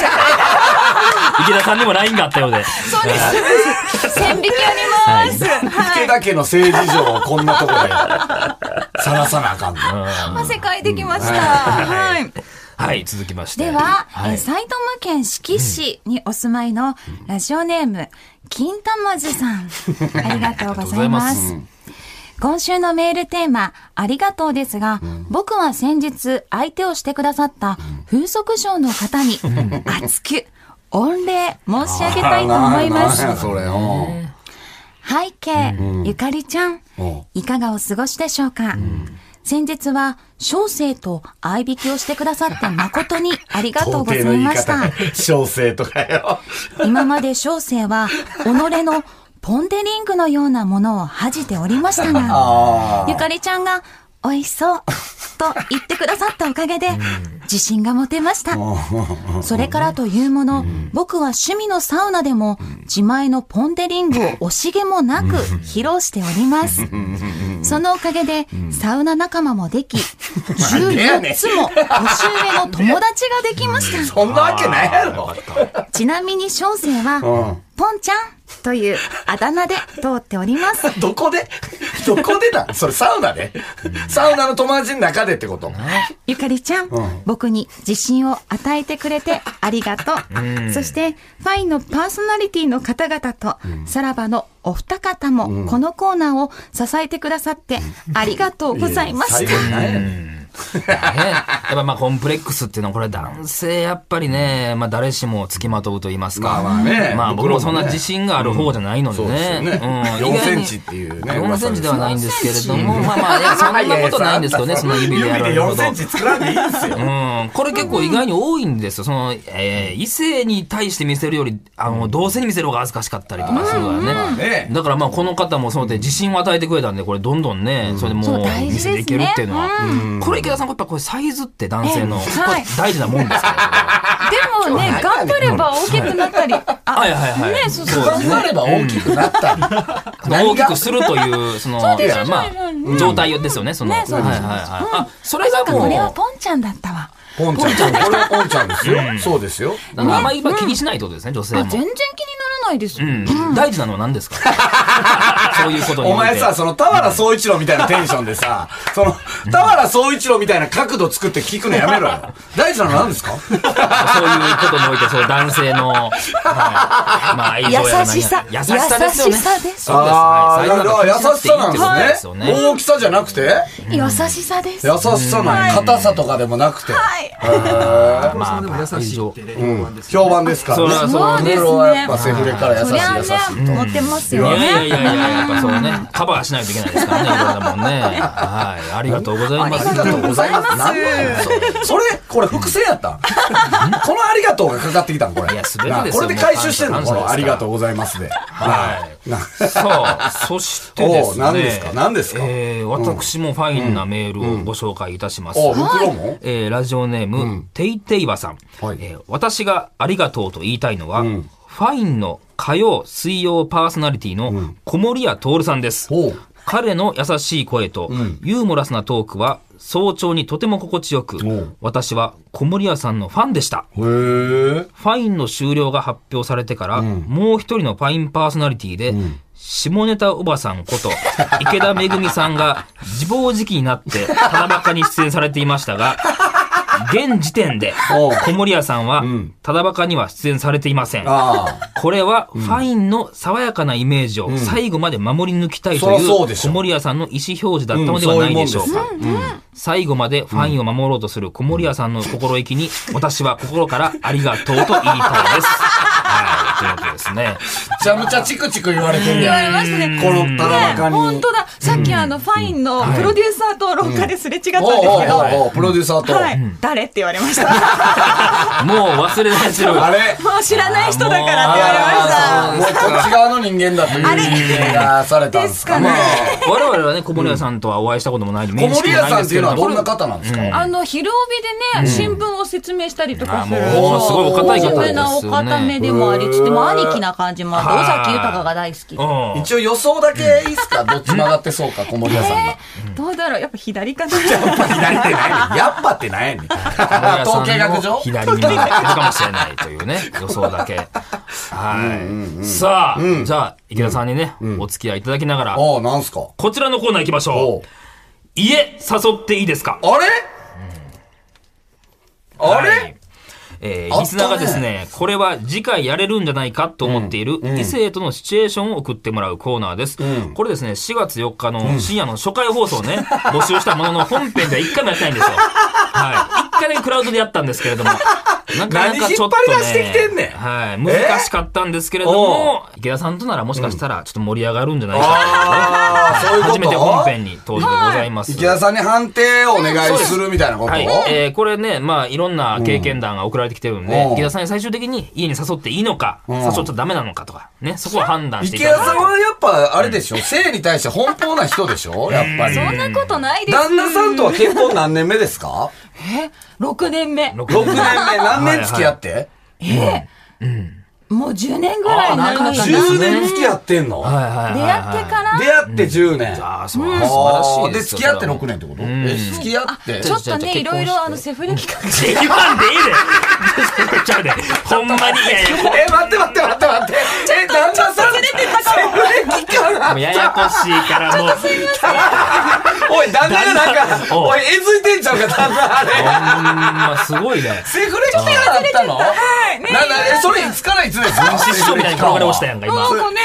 [SPEAKER 3] 池田さんにも LINE があったようで。
[SPEAKER 5] そうです。 線引きあります。
[SPEAKER 4] 池田家の政治上をこんなとこで晒さなあかんの。
[SPEAKER 5] 汗かいてきました。はい。
[SPEAKER 3] はい、続きまして。
[SPEAKER 2] では、
[SPEAKER 3] はい
[SPEAKER 2] えー埼玉県志木市にお住まいのラジオネーム、金玉ず さん。ありがとうございます。今週のメールテーマ、ありがとうですが、僕は先日相手をしてくださった風俗嬢の方に、熱く、御礼申し上げたいと思います。
[SPEAKER 4] なんやそれ。うん
[SPEAKER 2] 背景、ゆかりちゃん
[SPEAKER 4] うん、
[SPEAKER 2] いかがお過ごしでしょうか、先日は、小生と相引きをしてくださって誠にありがとうございま した。
[SPEAKER 4] 小生とか よ。
[SPEAKER 2] 今まで小生は、己のポンデリングのようなものを恥じておりました が、ゆかりちゃんが、美味しそう、と言ってくださったおかげで、自信が持てました。それからというもの、僕は趣味のサウナでも、自前のポンデリングを惜しげもなく披露しております。そのおかげで、サウナ仲間もで き、14つも年上の友達ができました。
[SPEAKER 4] そんなわけないやろ。
[SPEAKER 2] ちなみに小生は、ポンちゃんというあだ名で通っております。
[SPEAKER 4] どこで どこでだそれサウナでサウナの友達の中でってこと
[SPEAKER 2] ゆかりちゃん、僕に自信を与えてくれてありがとう。そして、ファインのパーソナリティの方々と、さらばのお二方も、このコーナーを支えてくださって、ありがとうございまし
[SPEAKER 4] 最後に
[SPEAKER 2] た。
[SPEAKER 4] 何やねん
[SPEAKER 3] ね、やっぱまあコンプレックスっていうのはこれ男性やっぱりね、まあ誰しも付きまとうと言いますか。
[SPEAKER 4] まあまあね
[SPEAKER 3] まあ僕もそんな自信がある方じゃないので
[SPEAKER 4] そうです
[SPEAKER 3] ね。
[SPEAKER 4] よね。
[SPEAKER 3] うん
[SPEAKER 4] 4センチっていうね。
[SPEAKER 3] 4センチではないんですけれども、
[SPEAKER 4] 噂
[SPEAKER 3] まあまあ、いやそんなことないんですけ どね、その指でやられるほ
[SPEAKER 4] 指
[SPEAKER 3] ど
[SPEAKER 4] で。4センチ作らんでいいんですよ。
[SPEAKER 3] うん、これ結構意外に多いんですよ。その、えー異性に対して見せるより、あの、同性に見せる方が恥ずかしかったりとかするからね。
[SPEAKER 4] ね
[SPEAKER 3] だからまあこの方もそうで自信を与えてくれたんでこれどんどんね、それで
[SPEAKER 2] そ
[SPEAKER 3] も
[SPEAKER 2] う
[SPEAKER 3] う
[SPEAKER 2] 大事
[SPEAKER 3] 見
[SPEAKER 2] です
[SPEAKER 3] せ
[SPEAKER 2] ね
[SPEAKER 3] ていけるっていうのは、これ池田さんやっぱこれサイズって男性の、
[SPEAKER 2] え
[SPEAKER 3] こ
[SPEAKER 2] え
[SPEAKER 3] れ
[SPEAKER 2] はい
[SPEAKER 3] 大事なもん ですから
[SPEAKER 2] でもね、頑張れば大きくなったり、あ
[SPEAKER 3] はいはいはい
[SPEAKER 2] ね、そうそ
[SPEAKER 3] そ
[SPEAKER 2] う
[SPEAKER 3] うで
[SPEAKER 4] 頑
[SPEAKER 3] すね
[SPEAKER 4] 張れば大きくなったり。
[SPEAKER 3] これ大きくするというそのまあ状態ですよねその、はいはいはい、あそれが
[SPEAKER 2] なんかこれは
[SPEAKER 3] もう
[SPEAKER 2] ポンちゃんだったわ。
[SPEAKER 4] ポンちゃん。これはポンちゃんですよ。そうですよ。
[SPEAKER 3] だからあんまり今気にしないってことですね女性
[SPEAKER 2] あ
[SPEAKER 3] も
[SPEAKER 2] 全然気にならないです。
[SPEAKER 3] うん大事なのは何ですか そういうことにおいて
[SPEAKER 4] お前さ、その、田原総一郎みたいなテンションでさ、その、田原総一郎みたいな角度作って聞くのやめろよ。大事なの何ですか
[SPEAKER 3] そういうことにおいて、そう、男性の、はい、まあ、愛情やら何や
[SPEAKER 2] 優しさ
[SPEAKER 3] 優しさですよね。
[SPEAKER 2] 優しさです
[SPEAKER 3] そうです。はい
[SPEAKER 4] なるほど優しさなんですね。
[SPEAKER 3] はい
[SPEAKER 4] 大きさじゃなくて
[SPEAKER 2] 優しさです
[SPEAKER 4] 優。しさなの。硬さとかでもなくて。
[SPEAKER 3] まあ、でも優しいってね。
[SPEAKER 4] 評判ですから
[SPEAKER 3] そ
[SPEAKER 4] ね。
[SPEAKER 3] ら、
[SPEAKER 4] そ
[SPEAKER 3] そうね。
[SPEAKER 4] れはやっぱセフレから優しい
[SPEAKER 2] そりゃ
[SPEAKER 4] 優しい。
[SPEAKER 2] ね、持ってます
[SPEAKER 3] い
[SPEAKER 2] よ
[SPEAKER 3] やい
[SPEAKER 2] ね。
[SPEAKER 3] やいやいや、やっぱそうね。カバーしないといけないですからね、いろいろなもんね。はい。ありがとうございます。
[SPEAKER 4] ありがとうございます。なんなんやそれそれ、これ伏線やったんこのありがとうがかかってきたんこれ。
[SPEAKER 3] いや全てですよ
[SPEAKER 4] なあこれで回収してんの
[SPEAKER 3] もう
[SPEAKER 4] このありがとう
[SPEAKER 3] 感
[SPEAKER 4] ございますで。
[SPEAKER 3] はい。さあ、そしてです
[SPEAKER 4] お
[SPEAKER 3] ね。
[SPEAKER 4] う何ですか何ですか
[SPEAKER 3] えー私もファインなメールをご紹介いたします。
[SPEAKER 4] お、袋も
[SPEAKER 3] えーラジオネーム、ていていばさん、
[SPEAKER 4] はい
[SPEAKER 3] えー私がありがとうと言いたいのは、ファインの火曜、水曜パーソナリティの小森屋徹さんです。
[SPEAKER 4] おう
[SPEAKER 3] 彼の優しい声と、ユーモラスなトークは早朝にとても心地よく
[SPEAKER 4] う、
[SPEAKER 3] 私は小森屋さんのファンでした。
[SPEAKER 4] へ
[SPEAKER 3] フ
[SPEAKER 4] ー
[SPEAKER 3] ァインの終了が発表されてから、もう一人のファインパーソナリティで、下ネタおばさんこと、池田めぐみさんが自暴自棄になって、ただバカに出演されていました が、現時点で
[SPEAKER 4] おう、
[SPEAKER 3] 小森屋さんは、ただバカには出演されていません。
[SPEAKER 4] ああ。
[SPEAKER 3] これは、ファインの爽やかなイメージを最後まで守り抜きたいと
[SPEAKER 4] そりゃそう
[SPEAKER 3] い
[SPEAKER 4] で
[SPEAKER 3] う、
[SPEAKER 4] しょ
[SPEAKER 3] 小森屋さんの意思表示だったのではないでしょうか。最後までファインを守ろうとする 小森屋さんの心意気に、私は心からありがとうと言いたいです。はというわけですね。
[SPEAKER 4] ちゃむちゃチクチク言われてる
[SPEAKER 5] 言わ
[SPEAKER 4] や
[SPEAKER 5] れましたね。
[SPEAKER 4] ん。このただ中に。
[SPEAKER 5] 本当だ。さっきあの、ファインのプロデューサーと廊下ですれ違ったんですけど、
[SPEAKER 4] おうお
[SPEAKER 5] は
[SPEAKER 4] うおうおうプロデューサーと。
[SPEAKER 5] い。誰って言われました。
[SPEAKER 3] もう忘れないしろ。
[SPEAKER 4] あれ
[SPEAKER 5] もう知らない人だからって言われました。
[SPEAKER 4] もうこっち側の人間だという認定がされたんですかね
[SPEAKER 5] あれ。
[SPEAKER 3] 我々はね、小森屋さんとはお会いしたこともないんで、
[SPEAKER 4] 小
[SPEAKER 3] 面識
[SPEAKER 4] 森
[SPEAKER 3] も
[SPEAKER 4] 屋
[SPEAKER 3] ないんで
[SPEAKER 4] さんっ
[SPEAKER 3] す
[SPEAKER 4] てい
[SPEAKER 3] け
[SPEAKER 4] うの
[SPEAKER 3] ど
[SPEAKER 4] はどんな方なんですか
[SPEAKER 5] あの、昼帯でね、新聞を説明したりとかする。
[SPEAKER 3] あもうすごいお堅い方ですよ
[SPEAKER 5] 真
[SPEAKER 3] ね
[SPEAKER 5] 面目なお堅めでもありつつ、も兄貴な感じもあって、尾崎豊が大好き。
[SPEAKER 3] うん
[SPEAKER 4] 一応予想だけいいですかどっち曲がってそうか、小森屋さ んが。
[SPEAKER 5] どうだろうやっぱ左かな
[SPEAKER 4] 左ってないやっぱってないやねん。統計学上
[SPEAKER 3] 左に目が行くかもしれないというね、予想だ け。はい。さあ、じゃあ、池田さんにね、お付き合いいただきながら、
[SPEAKER 4] ああ、なんすか
[SPEAKER 3] こちらのコーナー行きまし
[SPEAKER 4] お
[SPEAKER 3] ょ
[SPEAKER 4] う
[SPEAKER 3] う。家、誘っていいですか
[SPEAKER 4] あれあ
[SPEAKER 3] は
[SPEAKER 4] れ
[SPEAKER 3] いえー、
[SPEAKER 4] あったね
[SPEAKER 3] リスナーがですね、これは次回やれるんじゃないかと思っている異性とのシチュエーションを送ってもらうコーナーです。これですね、4月4日の深夜の初回放送 ね、募集したものの本編では1回もやってないんですよ。はい。1回だけクラウドでやったんですけ れども。なかなかちょっと、ね、
[SPEAKER 4] 何引っ張り出してきてんねん
[SPEAKER 3] はい。難しかったんですけれども、池田さんとならもしかしたらちょっと盛り上がるんじゃないか
[SPEAKER 4] ああ、そ
[SPEAKER 3] と、
[SPEAKER 4] ういうこ
[SPEAKER 3] 初
[SPEAKER 4] と
[SPEAKER 3] めて本編に登場でございます。
[SPEAKER 4] 池田さんに判定をお願いするみたいなこと
[SPEAKER 3] はい、えーこれね、まあ、いろんな経験談が送られてきてるんで、
[SPEAKER 4] うん
[SPEAKER 3] 池田さんに最終的に家に誘っていいのか、誘っちゃダメなのかとか、ね、そこは判断してい
[SPEAKER 4] 池
[SPEAKER 3] ただ
[SPEAKER 4] 田
[SPEAKER 3] き
[SPEAKER 4] さんはやっぱ、あれでしょ性に対して奔放な人でしょやっぱり。
[SPEAKER 5] そんなことないです。
[SPEAKER 4] 旦那さんとは結婚何年目ですか
[SPEAKER 5] え ?6 年目。
[SPEAKER 3] 六
[SPEAKER 4] ?6 年目。何年付き合って
[SPEAKER 5] えもう10年ぐらいになるのかな
[SPEAKER 3] はいはいはい
[SPEAKER 4] 10年付き合ってんの
[SPEAKER 3] はいはいはい
[SPEAKER 5] 出会ってから、
[SPEAKER 4] 出会って10年。
[SPEAKER 3] ああ、そう、素晴らしいで
[SPEAKER 4] で、
[SPEAKER 3] す
[SPEAKER 4] 付
[SPEAKER 3] よ。
[SPEAKER 4] き合って6
[SPEAKER 3] 年。
[SPEAKER 4] 年ってことえ、付き合って。
[SPEAKER 5] ちょっと
[SPEAKER 3] じゃあ
[SPEAKER 5] ね、い
[SPEAKER 3] じゃあ
[SPEAKER 5] ろい
[SPEAKER 3] 結婚し
[SPEAKER 5] ろ
[SPEAKER 3] て
[SPEAKER 5] あの、セフレ企画
[SPEAKER 3] 言わんでいいで。ちゃうで。ほんまに、いやいや、
[SPEAKER 4] え、待って待って待って待って。え、旦那さん。セフレ期間
[SPEAKER 3] もうややこしいからもう、
[SPEAKER 4] おい、旦那がなんか、
[SPEAKER 3] おう
[SPEAKER 4] おい、えずいてんちゃうか、旦那あれ。
[SPEAKER 3] ほんますごいね。
[SPEAKER 4] セフレ期間あったのはい。なんだ、え、それいつからいつですか
[SPEAKER 3] 失笑みたいに転がり落ちた
[SPEAKER 4] よ。
[SPEAKER 3] やんか、今。
[SPEAKER 5] もうね、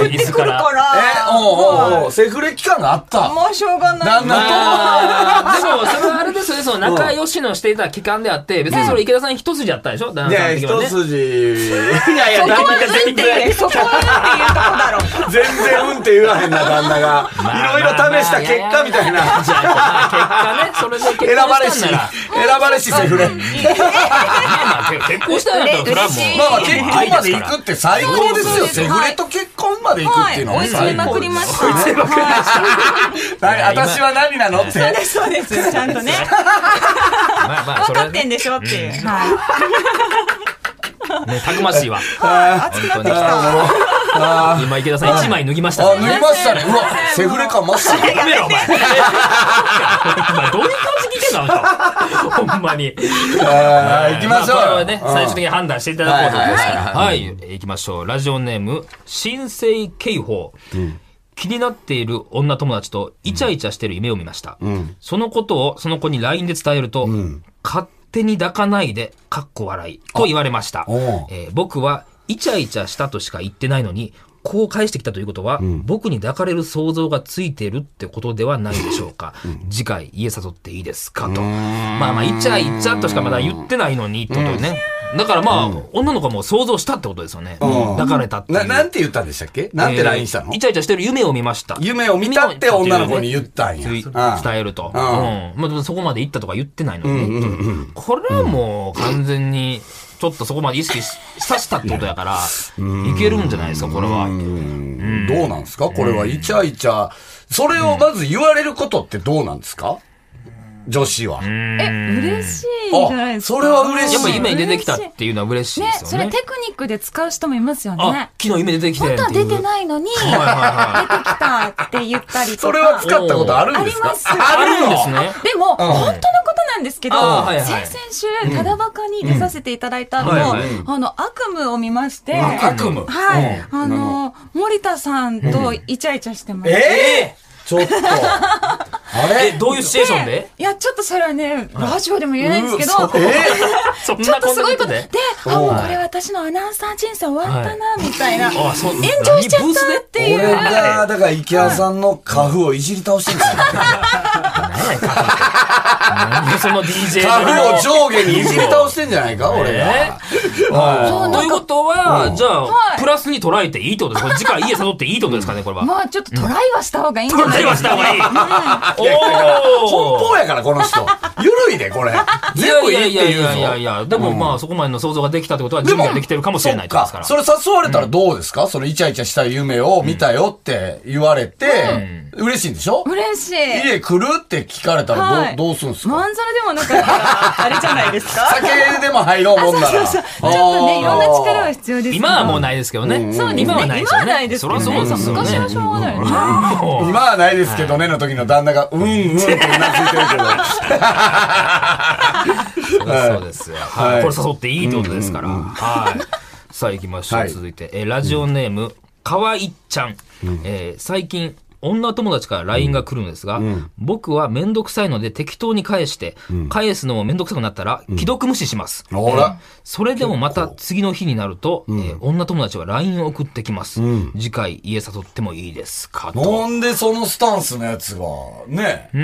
[SPEAKER 5] 降ってくるか
[SPEAKER 4] え、おうおう
[SPEAKER 5] ら、
[SPEAKER 4] おうセフレ期間があった。
[SPEAKER 5] もうしょうがない。
[SPEAKER 4] 旦那
[SPEAKER 3] あーでも、それはあれですよね、その仲良しのしていた期間であって、別にそれ池田さん一筋だったでしょ旦
[SPEAKER 4] と。い
[SPEAKER 3] 那さん
[SPEAKER 4] や、
[SPEAKER 3] 的には
[SPEAKER 4] 一
[SPEAKER 3] ね。
[SPEAKER 4] 筋。
[SPEAKER 3] いやいや、
[SPEAKER 5] そこはな
[SPEAKER 3] だ
[SPEAKER 5] んて言う、そこはなんて言うとこだろう。
[SPEAKER 4] 全然うんって言わへんな、旦那が。いろいろ試した結果みたいな。
[SPEAKER 3] じゃあ、まあ結果ね、それで
[SPEAKER 4] 選
[SPEAKER 3] 結
[SPEAKER 4] ばれ
[SPEAKER 3] 婚し
[SPEAKER 4] し、
[SPEAKER 3] たん
[SPEAKER 4] 選
[SPEAKER 3] なら。
[SPEAKER 4] ばれしセフレ。
[SPEAKER 3] まあまあ結婚したんだったら、それはもう。
[SPEAKER 4] まあまあ結婚まで行くって最高ですよ。
[SPEAKER 5] そうです
[SPEAKER 4] セフレと結婚まで行くっていうの
[SPEAKER 5] 追
[SPEAKER 4] はい
[SPEAKER 5] 詰め
[SPEAKER 4] 最
[SPEAKER 5] ま
[SPEAKER 4] 高
[SPEAKER 5] く
[SPEAKER 4] で
[SPEAKER 5] り
[SPEAKER 4] す。
[SPEAKER 5] ました。追い詰めまくりま
[SPEAKER 4] な私は何なのって。
[SPEAKER 5] した。そうです、そうです。ちゃんとね。
[SPEAKER 3] まあまあ、そ
[SPEAKER 5] 分
[SPEAKER 3] れ
[SPEAKER 5] か
[SPEAKER 3] は
[SPEAKER 5] ってん
[SPEAKER 3] ね、
[SPEAKER 5] でしょっていう。はい。
[SPEAKER 3] たくましいわ。
[SPEAKER 5] 熱くなってきた。
[SPEAKER 3] 今、池田さん一枚脱ぎました
[SPEAKER 4] あ、
[SPEAKER 3] から
[SPEAKER 4] 脱
[SPEAKER 3] ね。
[SPEAKER 4] ぎましたね。うわ、セフレ感マッシブ。
[SPEAKER 3] やめろ、お前。お前どういう感じ聞いてんのあんたほんまに。
[SPEAKER 4] あー行きましょ
[SPEAKER 3] あこ
[SPEAKER 4] う
[SPEAKER 3] れ
[SPEAKER 4] よ。
[SPEAKER 3] はね、最終的に判断していただこうと思います。
[SPEAKER 4] はい
[SPEAKER 3] はい、えー行きましょう。ラジオネーム、新生警報。気になっている女友達とイチャイチャしてる夢を見ました。そのことをその子に LINE で伝えると、勝手に抱かないで、かっこ笑い、と言われました。
[SPEAKER 4] おう
[SPEAKER 3] えー僕は、イチャイチャしたとしか言ってないのに、こう返してきたということは、僕に抱かれる想像がついてるってことではないでしょうか。次回、家誘っていいですかと。まあまあ、イチャイチャとしかまだ言ってないのにってことよね。だからまあ、女の子はもう想像したってことですよね。
[SPEAKER 4] うん
[SPEAKER 3] 抱かれたっていう。
[SPEAKER 4] な、なんて言ったんでしたっけなんて LINE したの
[SPEAKER 3] えーイチャイチャしてる夢を見ました。
[SPEAKER 4] 夢を見たって女の子に言ったんや。
[SPEAKER 3] つい
[SPEAKER 4] う
[SPEAKER 3] 伝
[SPEAKER 4] ん
[SPEAKER 3] えると。うん。
[SPEAKER 4] うん
[SPEAKER 3] まあ、でもそこまで行ったとか言ってないのに、これはもう完全に、ちょっとそこまで意識しさしたってことやから、いけるんじゃないですか、これは。
[SPEAKER 4] どうなんですかこれはイチャイチャ。それをまず言われることってどうなんですか女子は。
[SPEAKER 5] 嬉しいんじゃないですか。
[SPEAKER 4] あそれは嬉しい
[SPEAKER 3] やっぱ夢に出てきたっていうのは嬉しいで
[SPEAKER 2] ね、
[SPEAKER 3] す
[SPEAKER 2] そ
[SPEAKER 3] よね。
[SPEAKER 2] れテクニックで使う人もいますよ
[SPEAKER 3] あ
[SPEAKER 2] ね、。
[SPEAKER 3] 昨日夢出てきて
[SPEAKER 2] 本当は出て
[SPEAKER 3] い
[SPEAKER 2] ないのに、出て
[SPEAKER 3] う。はいはいはい。
[SPEAKER 2] きたって言ったりとか。
[SPEAKER 4] それは使ったことあるんですか
[SPEAKER 2] あります
[SPEAKER 3] あるんで
[SPEAKER 4] の
[SPEAKER 3] すね。
[SPEAKER 2] でも、本当のことなんですけど、
[SPEAKER 3] あーはいはい
[SPEAKER 2] 先々週、ただバカに出させていただいたのを、
[SPEAKER 3] うんはいはい
[SPEAKER 2] あの、悪夢を見まして、
[SPEAKER 4] 悪夢。
[SPEAKER 2] はい、あの、森田さんとイチャイチャしてま
[SPEAKER 4] え
[SPEAKER 2] す。
[SPEAKER 4] えちょっと。あ
[SPEAKER 3] え、
[SPEAKER 4] れ
[SPEAKER 3] どういうシチュエーションで
[SPEAKER 2] いや、ちょっとそれはね、ラジオでも言えないんですけど、
[SPEAKER 4] うわそうえ
[SPEAKER 3] そん
[SPEAKER 2] ちょっと
[SPEAKER 3] こん
[SPEAKER 2] すごいこと。で
[SPEAKER 3] で、
[SPEAKER 2] あ、もうこれ私のアナウンサー人生終わったな、みたいな。
[SPEAKER 3] あ、そう。
[SPEAKER 2] 炎上しちゃったっていう。
[SPEAKER 4] 俺が、だから、池谷さんのカフをいじり倒してるんですよ。
[SPEAKER 3] 何その DJ
[SPEAKER 4] カ
[SPEAKER 3] の
[SPEAKER 4] フを上下にいじり倒してんじゃないか、俺
[SPEAKER 3] え
[SPEAKER 4] が。はい
[SPEAKER 3] ということは、は、じゃあ、プラスに捉えていいってことですか次回家誘っていいってことですかね、これは。
[SPEAKER 2] まあちょっとトライはした方がいいんじゃ
[SPEAKER 3] 捉
[SPEAKER 2] な
[SPEAKER 3] え
[SPEAKER 2] いで
[SPEAKER 3] ますし
[SPEAKER 2] か。
[SPEAKER 3] た方がいい。
[SPEAKER 4] いやいやいや
[SPEAKER 3] お
[SPEAKER 4] 奔
[SPEAKER 3] ー
[SPEAKER 4] 放やから、この人。ゆるいで、これ。全部いいって言う
[SPEAKER 3] いやいやい
[SPEAKER 4] ぞ。
[SPEAKER 3] やいや、でもまあそこまでの想像ができたってことは準備ができてるかもしれないってことですから。
[SPEAKER 4] そっかそれ誘われたらどうですか、そのイチャイチャした夢を見たよって言われて、嬉しいんでしょ
[SPEAKER 2] 嬉しい。
[SPEAKER 4] 家来るって聞かれたらど,、
[SPEAKER 6] はいう
[SPEAKER 4] どうするんです
[SPEAKER 6] ま
[SPEAKER 4] か
[SPEAKER 6] んざらでもなかったら、あれじゃないですか。
[SPEAKER 4] 酒でも入ろうもんなら。
[SPEAKER 6] そうそうそう。ちょっとね、いろんな力は
[SPEAKER 4] あー
[SPEAKER 6] 必要ですけど。
[SPEAKER 3] 今はもうないですけどね。
[SPEAKER 6] そうですね。
[SPEAKER 3] 今
[SPEAKER 6] 今
[SPEAKER 3] は
[SPEAKER 6] は
[SPEAKER 3] な
[SPEAKER 6] ないい
[SPEAKER 3] で
[SPEAKER 6] ですす
[SPEAKER 3] よ
[SPEAKER 6] よね。。
[SPEAKER 3] ねそりゃそうですよね。
[SPEAKER 6] 昔はしょうがないよね。
[SPEAKER 3] もう
[SPEAKER 4] 今はないですけどねの時の旦那が、うんうんってうなずいてるけど。
[SPEAKER 3] そうですよ。は。
[SPEAKER 4] はいい
[SPEAKER 3] これ誘っていいってことですから。はい。さあ行きましょ
[SPEAKER 4] は
[SPEAKER 3] う。
[SPEAKER 4] い
[SPEAKER 3] 続いて、えーラジオネーム、かわいっちゃん。えー最近、女友達から LINE が来るんですが、僕はめんどくさいので適当に返して、返すのもめんどくさくなったら、既読無視します。
[SPEAKER 4] あら
[SPEAKER 3] それでもまた次の日になると、えー女友達は LINE を送ってきます。次回家誘ってもいいですかと。
[SPEAKER 4] なんでそのスタンスのやつが、ね、
[SPEAKER 3] うーん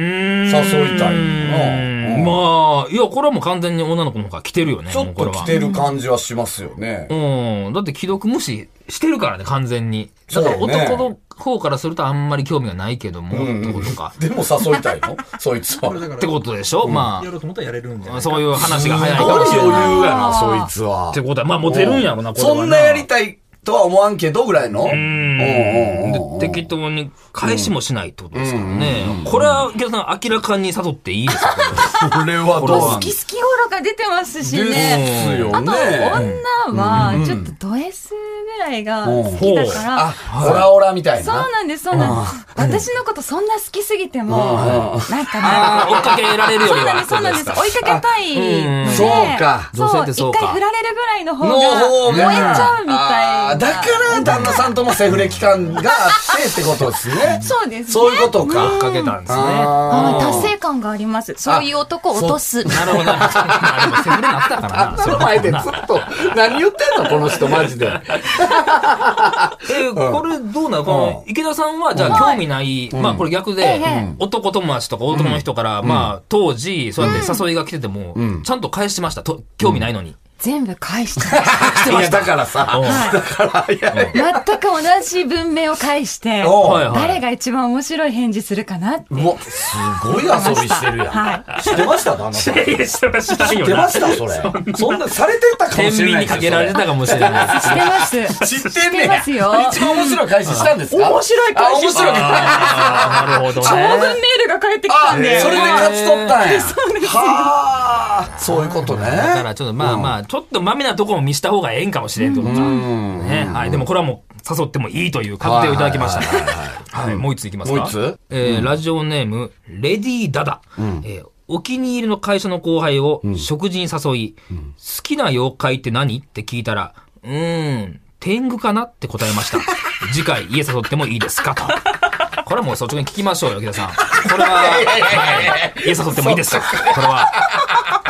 [SPEAKER 4] 誘いたいのなうん
[SPEAKER 3] まあ、いや、これはもう完全に女の子の方が来てるよね。
[SPEAKER 4] ちょ
[SPEAKER 3] もう
[SPEAKER 4] っ
[SPEAKER 3] ことれは
[SPEAKER 4] 来てる感じはしますよね。
[SPEAKER 3] うん。だって既読無視してるからね、完全に。だから
[SPEAKER 4] そうね
[SPEAKER 3] 男の方からするとあんまり興味がないけども、ってことか。
[SPEAKER 4] でも誘いたいのそいつは。
[SPEAKER 7] だから
[SPEAKER 3] ってことでしょま
[SPEAKER 7] やろうと思ったらやれるんじゃない
[SPEAKER 3] あ、そういう話が早い
[SPEAKER 4] す
[SPEAKER 3] か
[SPEAKER 4] ごい
[SPEAKER 3] もしれない。っ
[SPEAKER 4] 余裕やな、そいつは
[SPEAKER 3] て。ことは、まあモテるんやろな、これは
[SPEAKER 4] そんなやりたいとは思わんけどぐらいの。うんうんうんうん
[SPEAKER 3] で適当に返しもしないってことですからね。これは、池田さん、明らかに誘っていいですよこれは
[SPEAKER 4] これは
[SPEAKER 3] これ
[SPEAKER 4] ど
[SPEAKER 3] は
[SPEAKER 4] う
[SPEAKER 6] 好き好き頃が出てますしね。
[SPEAKER 4] ですよ
[SPEAKER 6] あと、
[SPEAKER 4] ね。
[SPEAKER 6] 女は、ちょっとド S ぐらいが好きだから、
[SPEAKER 4] あ、オラオラみたい
[SPEAKER 6] そう
[SPEAKER 4] な。
[SPEAKER 6] なんです、そうなんです。私のことそんな好きすぎても、なんか
[SPEAKER 3] あ
[SPEAKER 6] ね、
[SPEAKER 3] ー追っかけられるよ
[SPEAKER 6] そ
[SPEAKER 3] り
[SPEAKER 6] うなんで
[SPEAKER 3] は。
[SPEAKER 6] す、そうなんです。追いかけたいの
[SPEAKER 3] うん
[SPEAKER 6] で。
[SPEAKER 4] そうか
[SPEAKER 6] そ
[SPEAKER 3] 女性っ
[SPEAKER 6] う、
[SPEAKER 3] て
[SPEAKER 6] 一
[SPEAKER 3] そうか
[SPEAKER 6] 回振られるぐらいの方が、
[SPEAKER 4] の
[SPEAKER 6] 燃
[SPEAKER 4] 方
[SPEAKER 6] えち
[SPEAKER 4] が
[SPEAKER 6] ゃうみた
[SPEAKER 4] あー
[SPEAKER 6] い
[SPEAKER 4] だ
[SPEAKER 6] な。
[SPEAKER 4] から、旦那さんともセフレ期間があってってことですね。
[SPEAKER 6] そうですね。
[SPEAKER 4] そういうことか。
[SPEAKER 3] かけたんですね。
[SPEAKER 4] あ
[SPEAKER 6] はい達成感があります。そういう男を落とす。
[SPEAKER 3] なるほど。 まあでも、セフレなったからな。
[SPEAKER 4] ーその前でずっと、何言ってんのこの人、マ ジで。
[SPEAKER 3] えーこれどうなのこの池田さんは、じゃあ興味ない、まあこれ逆で、男友達とか男の人から、まあ当時、そうやって誘いが来てても、ちゃんと返してました。と興味ないのに。
[SPEAKER 6] 全部返した。
[SPEAKER 4] いや、だからさ、だから、いや、
[SPEAKER 6] 全く同じ文明を返して、
[SPEAKER 4] おう
[SPEAKER 3] はいはい
[SPEAKER 6] 誰が一番面白い返事するかなって。
[SPEAKER 4] もう、すごい遊びしてるやん。知ってました旦那さん。知っ
[SPEAKER 3] いや、してましたよ
[SPEAKER 4] てましたそれ。そんな、されてたかも
[SPEAKER 3] 天
[SPEAKER 4] しれ
[SPEAKER 3] 秤
[SPEAKER 4] な
[SPEAKER 3] に
[SPEAKER 4] いです
[SPEAKER 3] か
[SPEAKER 4] よ。
[SPEAKER 3] けられてたかもしれない。
[SPEAKER 6] してます。
[SPEAKER 4] 知ってん
[SPEAKER 6] 知って
[SPEAKER 4] ねや。
[SPEAKER 6] ますよ
[SPEAKER 4] 一番面白い返ししたんですか面白い返し。面白い
[SPEAKER 3] あーなるほど
[SPEAKER 6] 長文メ
[SPEAKER 3] ね。
[SPEAKER 6] ールが返ってき
[SPEAKER 4] あ
[SPEAKER 6] たん
[SPEAKER 4] そ
[SPEAKER 6] で。
[SPEAKER 4] れで勝ち取ったんや。はあ、そういうことね。
[SPEAKER 3] だからちょっとまあまあ、ちょっとまめなとこも見した方がええんかもしれんってことか。ね。はい。でもこれはもう誘ってもいいという確定をいただきましたから。はい。もう一ついきますか。
[SPEAKER 4] もう一つ
[SPEAKER 3] えーラジオネーム、レディー・ダダ。えーお気に入りの会社の後輩を食事に誘い、好きな妖怪って何って聞いたら、うーん、天狗かなって答えま した。次回家誘ってもいいですかと。これはもう率直に聞きましょうよ、木田さん。これは、はい家誘ってもいい ですかこれは。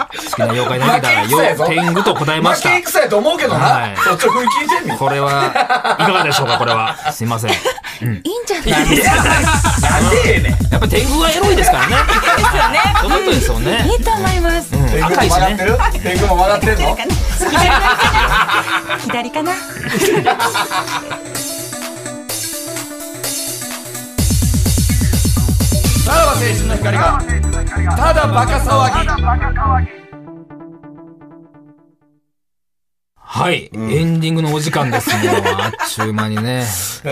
[SPEAKER 3] 好きな妖怪何だ
[SPEAKER 4] 負け戦や
[SPEAKER 3] よ
[SPEAKER 4] ぞ、
[SPEAKER 3] 天狗と答えまし
[SPEAKER 4] 負
[SPEAKER 3] た
[SPEAKER 4] け。戦やと思うけど
[SPEAKER 3] はい
[SPEAKER 4] な。率直に聞いてんねん。
[SPEAKER 3] これは、いかがでしょうか、これは。すいません。
[SPEAKER 2] いいんじゃないです
[SPEAKER 4] なんでえねん。
[SPEAKER 3] やっぱ天狗はエロいですからね。そういうことですよね。
[SPEAKER 2] か。いいと思います。
[SPEAKER 4] 天狗も
[SPEAKER 3] 赤いしね
[SPEAKER 4] 曲がってる天狗も曲がってんの
[SPEAKER 2] 左かな。
[SPEAKER 4] さらば青春の光が、ただバカ騒ぎ。
[SPEAKER 3] はい、エンディングのお時間です。もう、あっちゅう間にね。
[SPEAKER 4] え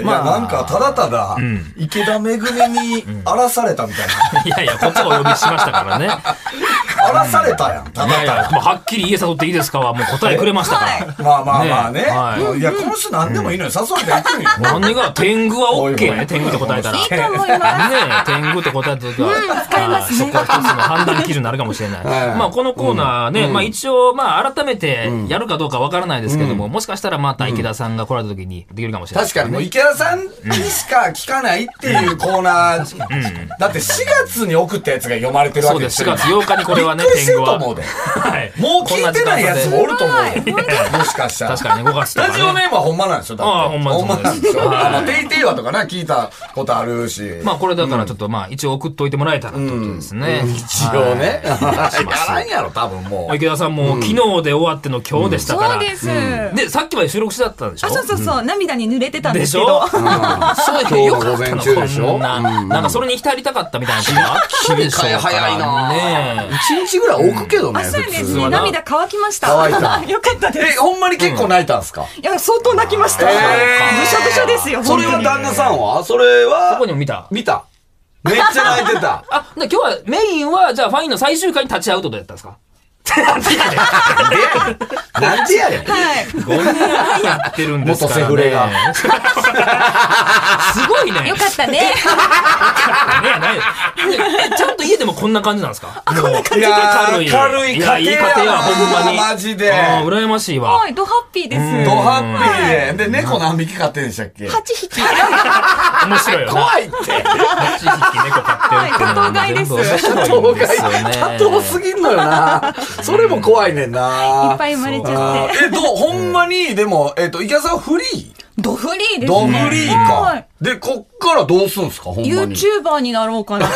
[SPEAKER 4] え、いや、なんか、ただただ、池田めぐみに荒らされたみたい な。
[SPEAKER 3] いやいや、こっちがお呼びしましたからね。
[SPEAKER 4] 荒らされたやん、た
[SPEAKER 3] いや
[SPEAKER 4] だ
[SPEAKER 3] い
[SPEAKER 4] た
[SPEAKER 3] や、
[SPEAKER 4] だ。
[SPEAKER 3] もうはっきり家誘っていいですかは、もう答えくれましたから。
[SPEAKER 4] まあまあまあね
[SPEAKER 3] ねはい。
[SPEAKER 4] いや、この人何でもいいのよ。誘われて行くんよ。
[SPEAKER 3] 何が天狗は OK
[SPEAKER 4] おいお
[SPEAKER 3] ね、
[SPEAKER 4] い
[SPEAKER 3] 天狗って答えたら。ね
[SPEAKER 6] いいと思います。
[SPEAKER 3] え、天狗って答えた時は、
[SPEAKER 6] 使いますね
[SPEAKER 3] そこは一つの判断基準になるかもしれない。
[SPEAKER 4] はい
[SPEAKER 3] まあ、このコーナーね、まあ一応、まあ改めてやるかどうかわからないですけども、もしかしたらまた池田さんが来られた時にできるかもしれない。
[SPEAKER 4] 確かにもう池田さんにしか聞かないっていうコーナー、だって4月に送ったやつが読まれてるわ
[SPEAKER 3] そう
[SPEAKER 4] け
[SPEAKER 3] で。
[SPEAKER 4] ですす
[SPEAKER 3] 4
[SPEAKER 4] よ
[SPEAKER 3] 月8日にこれはね、ね
[SPEAKER 4] びっくりし
[SPEAKER 3] 天
[SPEAKER 4] てる
[SPEAKER 3] 狗
[SPEAKER 4] と
[SPEAKER 3] は
[SPEAKER 4] 思うで
[SPEAKER 3] はい
[SPEAKER 4] もう聞いてないやつもおると思うよ。もしかしたら。
[SPEAKER 3] 確かにね5月とかね
[SPEAKER 4] ラジオネームはほんまなんですよ。だって
[SPEAKER 3] ああほんまです
[SPEAKER 4] ほんまなんです
[SPEAKER 3] ほん
[SPEAKER 4] よ。
[SPEAKER 3] まです
[SPEAKER 4] あの、テイテイはとかな、聞いたことあるし。
[SPEAKER 3] まあこれだからちょっとまあ一応送っといてもらえたらってことですね。
[SPEAKER 4] 一応ね。や
[SPEAKER 3] します
[SPEAKER 4] らんやろ、多分もう。
[SPEAKER 3] 池田さんも昨日で終わっての今日でしたから。
[SPEAKER 2] そうです。
[SPEAKER 3] で、さっきまで収録してだったんでしょ
[SPEAKER 2] あ、そうそうそう、涙に濡れてたん
[SPEAKER 3] で
[SPEAKER 2] で
[SPEAKER 3] し
[SPEAKER 2] すけ
[SPEAKER 3] ょ
[SPEAKER 2] ど。
[SPEAKER 3] そうやよかった
[SPEAKER 4] 今日の午前
[SPEAKER 3] な
[SPEAKER 4] 中でしょ
[SPEAKER 3] こんななんかそれに浸りたかったみたいな時もあったでしょうから
[SPEAKER 4] 切り替え早いな
[SPEAKER 3] ねえ
[SPEAKER 4] 一日ぐらい置くけどね、
[SPEAKER 2] あ、そうで
[SPEAKER 4] 普
[SPEAKER 2] す
[SPEAKER 4] 通
[SPEAKER 2] ね。
[SPEAKER 4] はな。
[SPEAKER 2] 涙乾きました。
[SPEAKER 4] 乾いた
[SPEAKER 2] よかったで
[SPEAKER 4] え、
[SPEAKER 2] す。
[SPEAKER 4] ほんまに結構泣いたんすか
[SPEAKER 2] いや、相当泣きました。ぐしょぐしょですよ、
[SPEAKER 4] それは
[SPEAKER 2] 本当に
[SPEAKER 4] 旦那さんはそれ
[SPEAKER 3] そこ
[SPEAKER 4] は
[SPEAKER 3] にも 見た。
[SPEAKER 4] 見た。めっちゃ泣いてた。
[SPEAKER 3] あ、で今日はメインは、じゃあファインの最終回に立ち会うってことやったんですか
[SPEAKER 4] なんでやねん。
[SPEAKER 2] はい。
[SPEAKER 3] ?5 年半やってるん ですから、ね。
[SPEAKER 4] 元セフレが。
[SPEAKER 3] すごいね。
[SPEAKER 8] よかったね。
[SPEAKER 3] ねえないえちゃんと家でもこんな感じなんですかこんな感
[SPEAKER 4] いやー
[SPEAKER 3] 軽い。
[SPEAKER 4] 軽い家庭やない
[SPEAKER 3] や、いい家庭や、ほんまに。
[SPEAKER 4] マジで
[SPEAKER 3] あー羨ましいわ。
[SPEAKER 2] はい、ドハッピーです。
[SPEAKER 4] ド
[SPEAKER 2] 8
[SPEAKER 4] ハッピーで。で、猫何匹飼ってんでしたっけ
[SPEAKER 2] 匹。
[SPEAKER 3] 面白いよな。
[SPEAKER 4] 怖いって。
[SPEAKER 3] 8匹猫飼ってるってのは全部面白
[SPEAKER 4] 多
[SPEAKER 3] いんですよね。
[SPEAKER 4] 多頭すぎんのよな。それも怖いねんな。
[SPEAKER 2] いっぱい生まれちゃ
[SPEAKER 4] あ
[SPEAKER 2] って。
[SPEAKER 4] ーえ、どう、ほんまに、でも、えっと、池田さんフリー
[SPEAKER 2] ドフリーですね。
[SPEAKER 4] ドフリー
[SPEAKER 2] は
[SPEAKER 4] か
[SPEAKER 2] い。
[SPEAKER 4] で、こっからどうすんすか、ほんまに。
[SPEAKER 2] YouTuber になろうかな。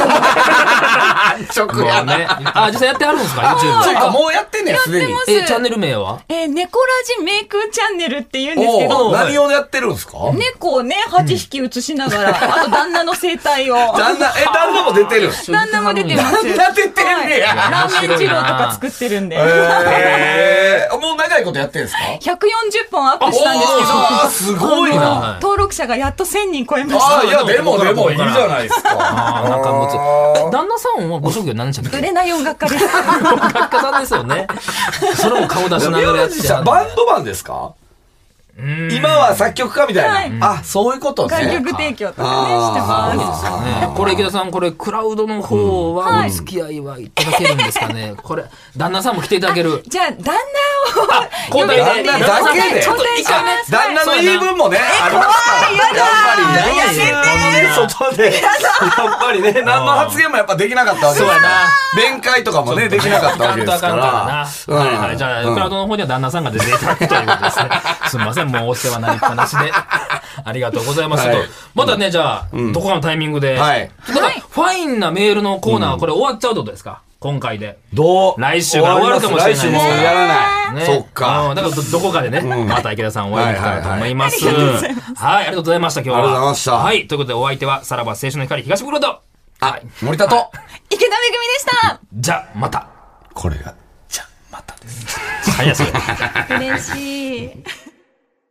[SPEAKER 4] 直
[SPEAKER 3] も
[SPEAKER 4] や
[SPEAKER 3] うね。あ、実際やってはるんですか
[SPEAKER 4] そう
[SPEAKER 3] ?YouTube。
[SPEAKER 4] か、もうやってんねや、すでに。
[SPEAKER 3] え、チャンネル名は
[SPEAKER 2] えー、猫ラジメイクチャンネルって言うんですけ
[SPEAKER 4] お
[SPEAKER 2] ど
[SPEAKER 4] う、何をやってるんすか
[SPEAKER 2] 猫をね、8匹映しながら、あと旦那の生態を。
[SPEAKER 4] 旦那、え、旦那も出てるんす
[SPEAKER 2] 旦那も出てま
[SPEAKER 4] 旦
[SPEAKER 2] す。
[SPEAKER 4] 那出てんねや。
[SPEAKER 2] ラーメン二郎とか作ってるんで。
[SPEAKER 4] えーもう長いことやってるんですか
[SPEAKER 2] 140本アップしたんですけど、
[SPEAKER 4] あすごいな。
[SPEAKER 3] はい
[SPEAKER 2] 登録者がやっと1000人超えました。
[SPEAKER 4] あいや、でもでもいいじゃないです
[SPEAKER 3] あ
[SPEAKER 4] か。
[SPEAKER 3] ーなんかもうちょえ、旦那さんはご職業何でしたっけ
[SPEAKER 2] 売れない音楽家です。
[SPEAKER 3] 作家さんですよね。それも顔出しながらや
[SPEAKER 4] 宮
[SPEAKER 3] って
[SPEAKER 4] 地 さん、バンドマンですか今は作曲家みたいな。あ、そういうこと
[SPEAKER 2] 楽
[SPEAKER 4] ね
[SPEAKER 2] 曲。提供とかね、してます。
[SPEAKER 3] ねこれ池田さん、これクラウドの方はお付き合いはいただけるんですかね。これ、旦那さんも来ていただけ る。
[SPEAKER 2] じゃあ、旦那を、
[SPEAKER 3] 交代で。
[SPEAKER 4] 旦那だけで
[SPEAKER 3] ちょっと一回ね。
[SPEAKER 4] 旦那の言い分もね、ありますから。やっぱりね、外で、やっぱりね、何の発言もやっぱできなかったわけですから。弁解とかもね、できなかったわけですか
[SPEAKER 3] あかんから
[SPEAKER 4] ら。
[SPEAKER 3] な。はいはい。じゃあ、クラウドの方には旦那さんが出ていただくということ ですね。すみません、もうお世話になりっぱなしで。ありがとうございますと
[SPEAKER 4] はい。
[SPEAKER 3] まだね、じゃあ、どこかのタイミングで。
[SPEAKER 4] はい
[SPEAKER 3] だから、ファインなメールのコーナーはこれ終わっちゃうってことですか今回で。
[SPEAKER 4] どう
[SPEAKER 3] 来週から終わるかもしれないです
[SPEAKER 4] 来週もやらない。
[SPEAKER 3] ね
[SPEAKER 4] そっか。
[SPEAKER 3] うんだからど、どこかでね、また池田さんお会いできたらと思います。はい、ありがとうございました、今日は。
[SPEAKER 4] ありがとうございました
[SPEAKER 3] はい、ということでお相手は、さらば青春の光東袋と、
[SPEAKER 4] あ、森田と。
[SPEAKER 2] 池田めぐみでした
[SPEAKER 3] じゃ、また。
[SPEAKER 4] これが。
[SPEAKER 3] 早すぎる。
[SPEAKER 2] 嬉しい。